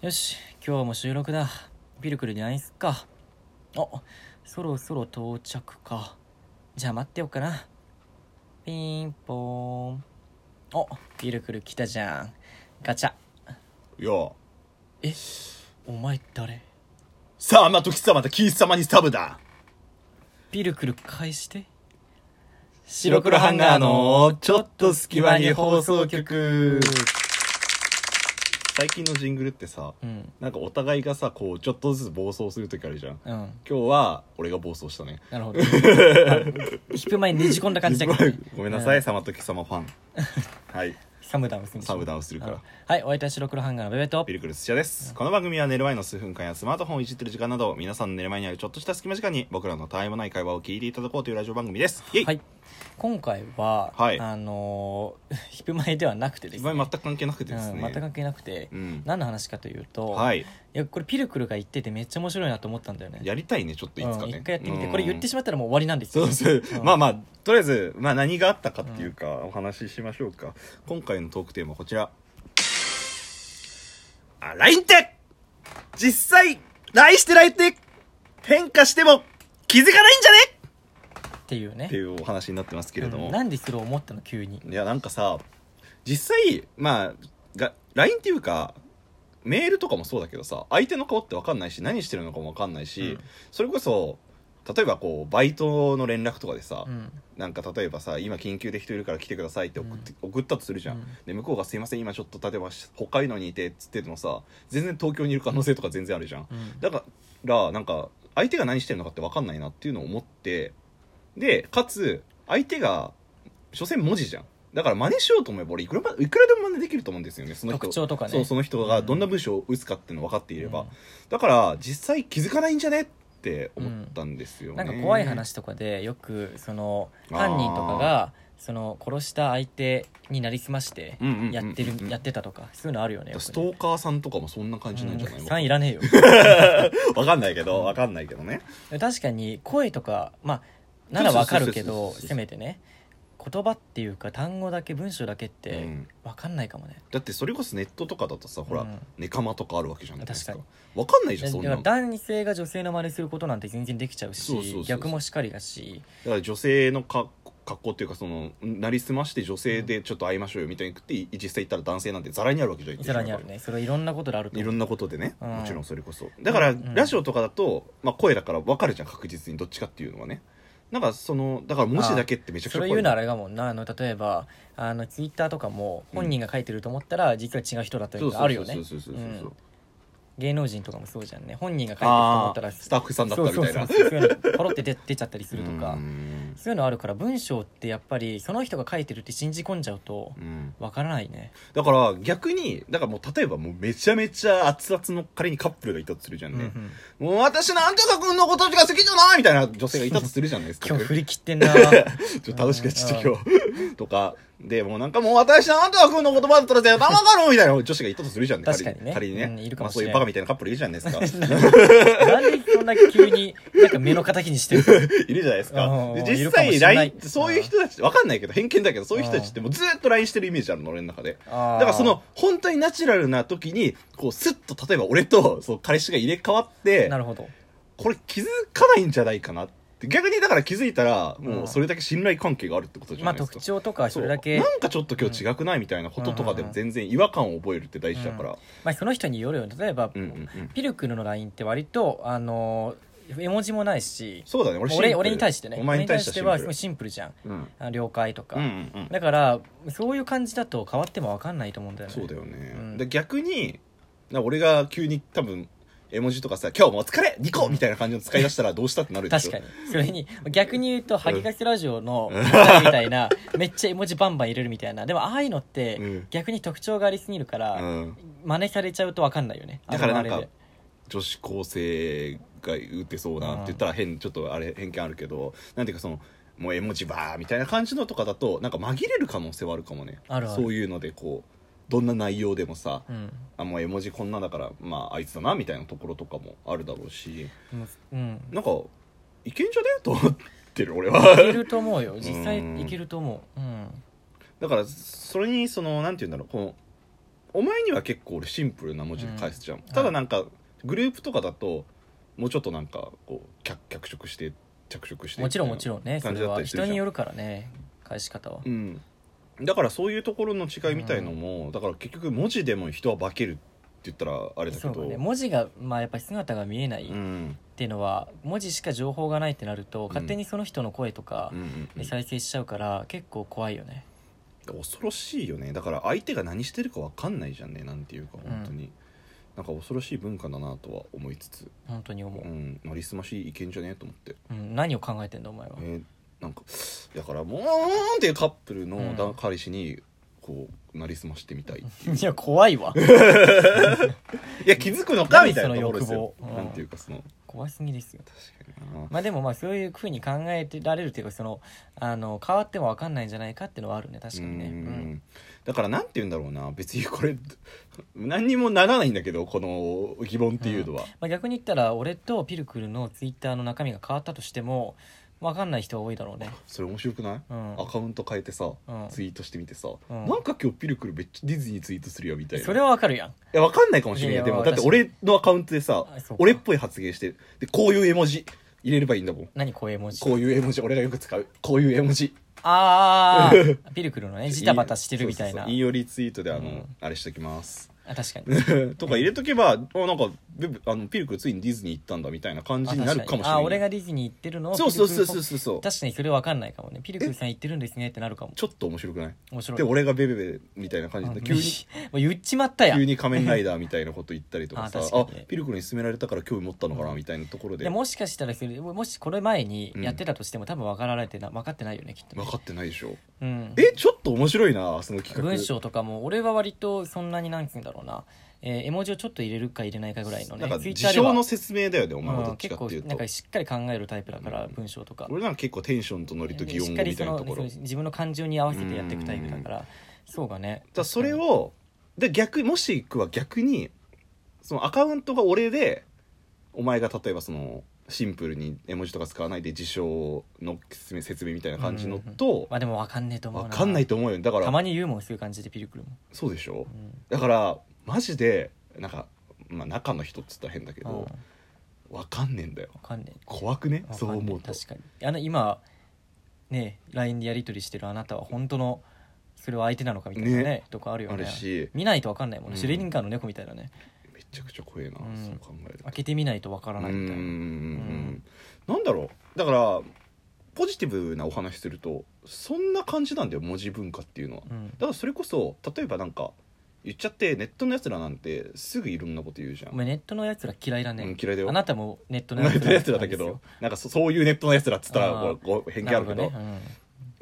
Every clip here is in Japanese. よし今日も収録だピルクルで会いにすっかあそろそろ到着かじゃあ待ってよっかなピンポーンあピルクル来たじゃんガチャいやえお前誰さあまと貴様と貴様にサブだピルクル返して白黒ハンガーのちょっと隙間に放送局最近のジングルってさうんなんかお互いがさこうちょっとずつ暴走する時あるじゃんうん今日は俺が暴走したねなるほど 引く前にねじ込んだ感じだけ どね、ごめんなさい、う様と貴様 ファンはいサムダウンするサブダウンするからはいお相手は白黒ハンガーのベベとピルクルスチャですこの番組は寝る前の数分間やスマートフォンをいじってる時間など皆さんの寝る前にあるちょっとした隙間時間に僕らのたわいもない会話を聞いていただこうというラジオ番組ですイエイ、はい、今回は、はいあのー、 ヒップマイではなくてですね全く関係なくてですうね、ん、全く関係なくて、うん何の話かというと、、はいいやこれピルクルが言っててめっちゃ面白いなと思ったんだよねやりたいねちょっといつかうんね、一回やってみて、うんこれ言ってしまったらもう終わりなんですそようそう、うんまあまあとりあえず、まあ、何があったかっていうか、お話ししましょうか今回のトークテーマはこちらあ LINE って実際 LINE して LINE って変化しても気づかないんじゃねっていうねっていうお話になってますけれども、うんなんでそれを思ったの急にいやなんかさ実際まあが LINE っていうかメールとかもそうだけどさ相手の顔って分かんないし何してるのかも分かんないし、うんそれこそ例えばこうバイトの連絡とかでさ、うんなんか例えばさ今緊急で人いるから来てくださいって送って、送ったとするじゃん、うんで向こうが「すいません今ちょっと例えばし北海道にいて」っつっててもさ全然東京にいる可能性とか全然あるじゃん、うんだからなんか相手が何してるのかって分かんないなっていうのを思ってでかつ相手が所詮文字じゃんだから真似しようと思えば俺いくらまいくらでも真似できると思うんですよねその人特徴とかねそうその人がどんな文章を打つかっていうの分かっていれば、うんだから実際気づかないんじゃねって思ったんですよね、なんか怖い話とかでよくそのあー犯人とかがその殺した相手になりすましてうんうんうんうんやってるやってたとかそういうのあるよねよくねストーカーさんとかもそんな感じなんじゃないうんの、 3いらねえよ わかんないけど、わかんないけどね。確かに声とかまあならわかるけそうそうそうどそうそうせめてね言葉っていうか単語だけ文章だけっうてんわかんないかもね、だってそれこそネットとかだとさ、ほら、うんネカマとかあるわけじゃないですか確。わかんないじゃん、だそんかならの。だか男性が女性の真似することなんて全然できちゃうしそうそうそうそう逆もしかりだしら女性の格好格好っていうか、その、なりすまして女性でちょっと会いましょうよみたいに言って、い実際行ったら男性なんてザラにあるわけじゃん。さらにあるねそれはいろんなことであるとい思ろうんなことでね、うんもちろんそれこそだから、うんラジオとかだと、まあ、声だからわかるじゃん確実にどっちかっていうのはねなんかそのだから文字だけってめちゃくちそゃれ言怖ういならあれだもんなあの例えばあのツイッターとかも本人が書いてると思ったら、実は違う人だったりとかあるよねそうそうそうそうそうそう、うん芸能人とかもそうじゃんね本人が書いてると思あったあらスタッフさんだったみたいなそうそうそうそういうのポロって出出ちゃったりするとかうんそういうのあるから文章ってやっぱりその人が書いてるって信じ込んじゃうとうんわからないねだから逆にだからもう例えばもうめちゃめちゃ熱々の仮にカップルがいたとするじゃんね、うんうんもう私なんとか君のことしか好きじゃないみたいな女性がいたとするじゃないですか今日振ちり切ってんなょっと楽しくやっちゃった今日 とかでもうなんかもう私なんとか君の言葉だったら絶対頭かるみたいな女子がいたとするじゃんね確かにね仮に仮にね、うんいるかもしまあ、そうれいないうバカみたいなカップルいるじゃないですか なんでそんな急になんか目の敵にしてるいるじゃないですかうんでいる実かも際しれない LINE ってそういう人たちわかんないけど偏見だけどそういう人たちってもうずーっと LINE してるイメージあるの俺の中でだかだからその本当にナチュラルな時にこうスッと例えば俺とそう彼氏が入れ替わってなるほどこれ気づかないんじゃないかなって逆にだから気づいたらもうそれだけ信頼関係があるってことじゃまなあい特ですか、徴とかそれだけそうなんかちょっと今日違くないみたいなこととかでも全然違和感を覚えるって大事だから、まあその人によるよね例えば、うんうんうんピルクルの LINE って割とあの絵文字もないしそうだね俺シンプ俺ル俺に対してねお前に対して俺ははシすンごいプシンプルじゃんルうんあ了解とか、うんうんうんだからそういう感じだと変わっても分かんないと思うんだよねそうだよね、うんで逆にな俺が急に多分絵文字とかさ「今日もお疲れニコ!」みたいな感じの使い出したらどうしたってなるでし確ょかにそれに逆に言うと「ハギガスラジオ」のみたいなめっちゃ絵文字バンバン入れるみたいなでもああいうのっうてん逆に特徴がありすぎるから、うん真似されちゃうと分かんないよねだからなんあかれで女子高生が打てそうなって言ったら変ちょっとあれ偏見あるけどなんていうかそのもう絵文字バーみたいな感じのとかだとなんか紛れる可能性はあるかもねあるあるそういうのでこうどんな内容でもさ、うんあもう絵文字こんなだからまああいつだなみたいなところとかもあるだろうしうんなんかいけんじゃねと思ってる俺いけはると思うよ実際うんいけると思ううんだからそれにそのなんて言うんだろうこのお前には結構俺シンプルな文字で返すじゃん、ただなんかグループとかだともうちょっとなんかこう脚脚色して着色してもちろんもちろんろんねそ感じれだったはりするじゃ人んによるからね返し方はうん、だからそういうところの違いみたいのも、だから結局文字でも人は化けるって言ったらあれだけそどうだね文字がまあやっぱり姿が見えないっうんていうのは文字しか情報がないってなると勝手にその人の声とかうんうんうでん再生しちゃうから結構怖いよね恐ろしいよねだから相手が何してるか分かんないじゃんねなんていうか本当に、なんか恐ろしい文化だなとは思いつつ、本当に思うう、ん、なりすましい意見じゃねえと思って、うん、何を考えてんだお前はえーなんかだからもうーんっていうカップルうのんだ彼氏にこうなりすましてみたい、いや怖いわいや気づくのかみたいな何そのところですよ欲望うんなんていうかその怖すぎですよ確かになまあでもまあそういうふうに考えてられるというかそのあの変わっても分かんないんじゃないかっていうのはあるね確かにねううんんだからなんて言うんだろうな別にこれ何にもならないんだけどこの疑問っていうのは、まあ、逆に言ったら俺とピルクルのツイッターの中身が変わったとしても分かんない人は多いだろうねそれ面白くない、うんアカウント変えてさ、うんツイートしてみてさ、うんなんか今日ピルクルめっちゃディズニーツイートするよみたいなそれは分かるやんいやわかんないかもしれないいやいやでもまあだって確かに俺のアカウントでさあそうか俺っぽい発言してでこういう絵文字入れればいいんだもん何こういう絵文字こういう絵文字俺がよく使うこういう絵文字あ あピルクルのねジタバタしてるみたいそうそうなそう引用リツイートであの、うんあれしときます あ確かにとか入れとけば、あなんかベブあのピルクルついにディズニー行ったんだみたいな感じになるかもしれないあ俺がディズニー行ってるのをそうそうそうピそルクルうそうそうぽ確かにそれ分かんないかもねピルクルさん行ってるんですねってなるかもちょっと面白くない面白いで俺がベベベみたいな感じでうん急に もう言っちまったや急んに仮面ライダーみたいなこと言ったりとかさああ確かにねピルクルに勧められたから興味持ったのかなみたいなところででもしかしたらそれももしこれ前にうんやってたとしても、多分分かられてな分かってないよねきっとね分かってないでしょうん、えちょっと面白いなその企画文章とかも俺は割とそんなに何て言うんだろうな、えー絵文字をちょっと入れるか入れないかぐらいのねなんか Twitter 事では象の説明だよねお前はうどんっ結ちかっ構ていうなとんかしっかり考えるタイプだから、うん文章とか俺なんか結構テンションとノリと擬音語みたいなしところっかりそのそう自分の感情に合わせてやっていくタイプだからそうがねだからそれをで逆もし行くは逆にそのアカウントが俺でお前が例えばそのシンプルに絵文字とか使わないで事象の説明説明みたいな感じのと、まあでも分かんねえと思うわなかんないと思うよだかたらまに言うもんそういう感じでピルクルも、そうでしょうんだからマジでなんか、まあ、中の人っつったら変だけうんど、わかんねえんだよ分かんねえ怖くねわかそんなうい思うと確かにあの今ね LINE でやり取りしてるあなたは本当のそれは相手なのかみたいなねねとかあるよねあるし見ないと分かんないもんね、うんシュレディンガーの猫みたいだねめちゃくちゃ怖えな、うんそう考えると開けてみないと分からないみたいなうーうんんなんだろうだからポジティブなお話するとそんな感じなんだよ文字文化っていうのはだからそれこそ例えばなんか言っちゃってネットのやつらなんてすぐいろんなこと言うじゃおん、前ネットのやつら嫌いだね、うん嫌いだよあなたもネットのネットのやつらなんでだけすよどなんかそそういうネットのやつらっつったらあーこうこう偏見あるけどななほど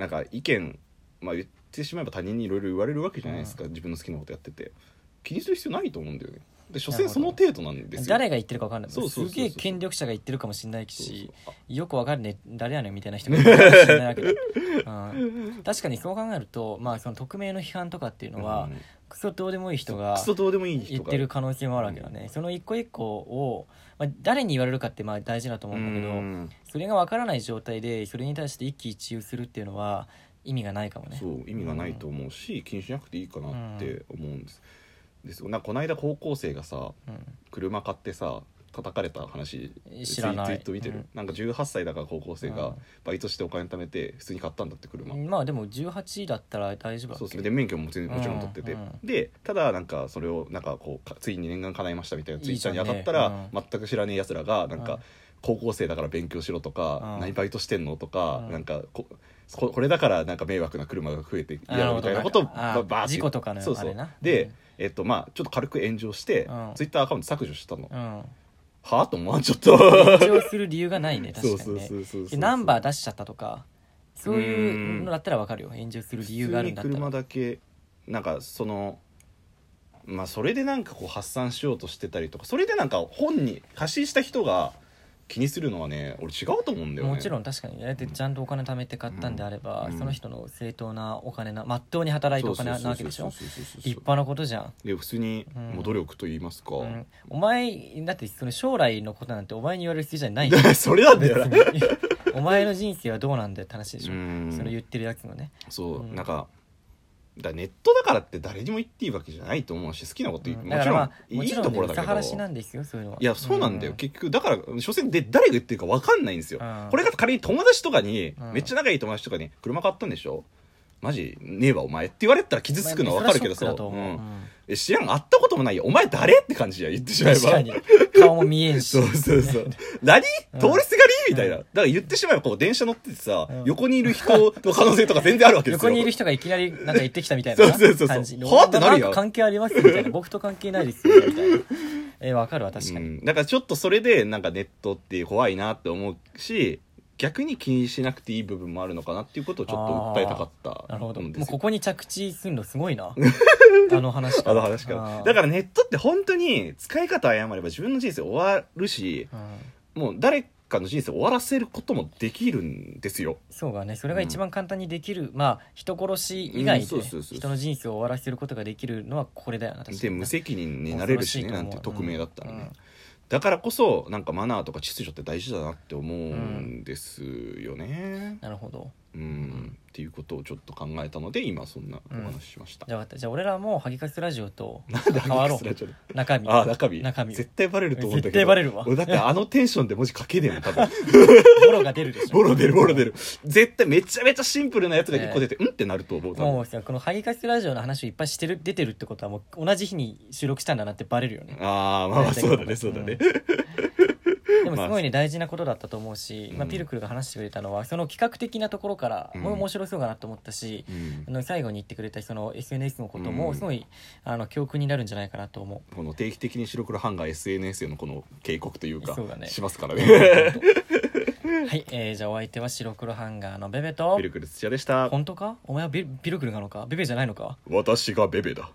ねんか意見、まあ、言ってしまえば他人にいろいろ言われるわけじゃないですか、自分の好きなことやってて気にする必要ないと思うんだよねで所詮その程度なんうでんすよ誰が言ってるか分かんないもんそうそうそうそうすげえ権力者が言ってるかもしれないしそうそうあよくわかるね誰やねんみたいな人がいるかもしれないわけで、うん、確かにそう考えるとまあその匿名の批判とかっていうのは、うんクソどうでもいい人がクソどうでもいい人言っがてる可能性もあるわけだね、その一個一個を、まあ、誰に言われるかってまあ大事だと思うんだけど、うんそれが分からない状態でそれに対して一喜一憂するっていうのは意味がないかもねそう意味がないと思うし、気にしなくていいかなって思うんです,、ですよなんかこの間高校生がさうん車買ってさ叩かれた話知らないツイツイート見てる、うんなんか18歳だから高校生うんがバイトしてお金貯めて普通に買ったんだって車、まあでも18だったら大丈夫だっけそうですねで免許も全然もちろん取ってて、うんうんでただなんかそれをなんかこうかついに念願叶いましたみたいないツいイッじタゃーんにね上がったら、う全く知らねえやつらがなんか、うん高校生だから勉強しろとか、うん何バイトしてんのとか、うんなんかこここれだからなんか迷惑な車が増えて嫌なるほだみどたいなことをなんかあばばーって事故とかのそうそあれうなで、うんえっとまあちょっと軽く炎上して、うんツイッターアカウント削除したの、うんはあと思わんちょっと一応する理由が ないねそ確うかそにうねそうそうでナンバー出しちゃったとかそういうのだったら分かるよ炎上する理由があるんだった普通にら車だけなんかそのまあそれでなんかこう発散しようとしてたりとかそれでなんか本に過信した人が気にするのはね俺違うと思うんだよねもちろんん確かにねでちゃんとお金貯めて買ったんであれば、うんその人の正当なお金なまっとうに働いたお金なわけでしょ立派なことじゃん、で普通にうんもう努力と言いますか、うん、お前だってその将来のことなんてお前に言われる必要じゃないだから それ なんだよな別に お前の人生はどうなんだよって話でしょ、うんその言ってるやつのねそう、うんなんかだからネットだからって誰にも言っていいわけじゃないと思うし好きなこと言って、うんもだかちらろまんあいいとこもちんろだけね憂さ晴らしなどんですよそういうのはいやそうなんだよ、う結局だから所詮で誰が言ってるか分かんないんですよ、うんこれが仮に友達とかに、うんめっちゃ仲いい友達とかに「車買ったんでしょマジねえわお前」って言われたら傷つくのは分かるけどそれはショックさ、だとう思うんえ知らん会ったこともないよお前誰って感じや言ってしまえば確かに顔も見えんし そうそう そう。何通うんりすがりみたいな。だから言ってしまえば、こう、電車乗っててさうん、横にいる人の可能性とか全然あるわけです よ。横にいる人がいきなりなんか言ってきたみたいななそうそうそうそう感じはあってなるよんか関係ありますみたいな僕と関係ないですよみたいなえわかるわ確かうに、ん。だからちょっとそれで、なんかネットって怖いなって思うし、逆に気にしなくていい部分もあるのかなっていうことをちょっと訴えたかった。なるほどんもですうよここに着地するのすごいな あの話あの話から。だかからネットって本当に使い方誤れば自分の人生終わるし、ら、うんもう誰かの人生終わらせることもできるんですよ。そうだねそれが一番簡単にできる、まあ人殺し以外でねうんそうそうそう人の人生を終わらせることができるのはこれだよな確かでに無な責任になれるしねなんて恐ろしいと思う匿名だったらね、うんうんだからこそなんかマナーとか秩序って大事だなって思うんですよねなるほどうん、っていうことをちょっと考えたので今そんなお話ししました、じゃあ分かったじゃあ俺らもハギカスラジオとなんで変わろうあの人たちは中身あ中身中身絶対バレると思うんだけ絶ど対バレるわ俺だってあのテンションで文字書けねえもん 多分ボロが出るでしょボロ出るボロ出る絶対めちゃめちゃシンプルなやつが一個出て、うんってなると思う多分もうさこのハギカスラジオの話をいっぱいしてる出てるってことはもう同じ日に収録したんだなってバレるよねああまあまあそうだねそうだね、でもすごいね大事なことだったと思うし、まうあ、んピルクルが話してくれたのはその企画的なところからうんもう面白そうかなと思ったし、うんあの最後に言ってくれたその SNS のことうもんすごい、あの教訓になるんじゃないかなと思うこの定期的に白黒ハンガー SNS へのこの警告というかそうだねしますからね。はい、えー、じゃあお相手は白黒ハンガーのベベとミルクル土屋でした。本当かお前はビルビルクルなのかベベじゃないのか私がベベだ。